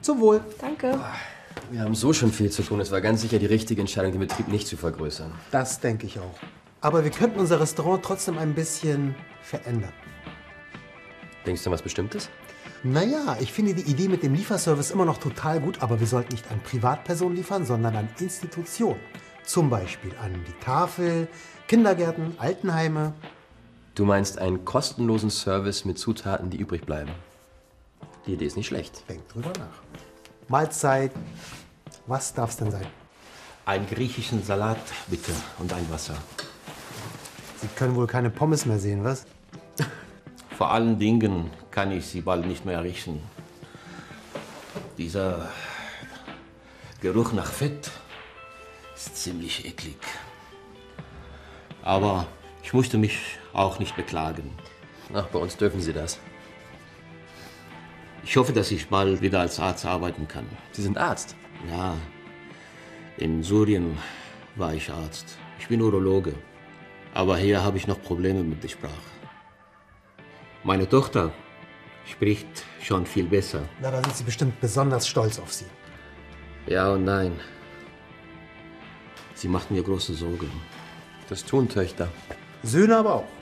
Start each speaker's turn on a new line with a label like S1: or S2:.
S1: Zum Wohl.
S2: Danke.
S3: Wir haben so schon viel zu tun. Es war ganz sicher die richtige Entscheidung, den Betrieb nicht zu vergrößern.
S1: Das denke ich auch. Aber wir könnten unser Restaurant trotzdem ein bisschen verändern.
S3: Denkst du an was Bestimmtes?
S1: Naja, ich finde die Idee mit dem Lieferservice immer noch total gut, aber wir sollten nicht an Privatpersonen liefern, sondern an Institutionen. Zum Beispiel an die Tafel, Kindergärten, Altenheime.
S3: Du meinst einen kostenlosen Service mit Zutaten, die übrig bleiben. Die Idee ist nicht schlecht.
S1: Denk drüber nach. Mahlzeit. Was darf es denn sein?
S4: Einen griechischen Salat, bitte, und ein Wasser.
S1: Sie können wohl keine Pommes mehr sehen, was?
S4: Vor allen Dingen kann ich sie bald nicht mehr riechen. Dieser Geruch nach Fett ist ziemlich eklig. Aber ich musste mich auch nicht beklagen.
S3: Ach, bei uns dürfen sie das.
S4: Ich hoffe, dass ich bald wieder als Arzt arbeiten kann.
S3: Sie sind Arzt.
S4: Ja, in Syrien war ich Arzt. Ich bin Urologe. Aber hier habe ich noch Probleme mit der Sprache. Meine Tochter spricht schon viel besser.
S1: Na, da sind Sie bestimmt besonders stolz auf Sie.
S4: Ja und nein. Sie macht mir große Sorgen.
S3: Das tun Töchter.
S1: Söhne aber auch.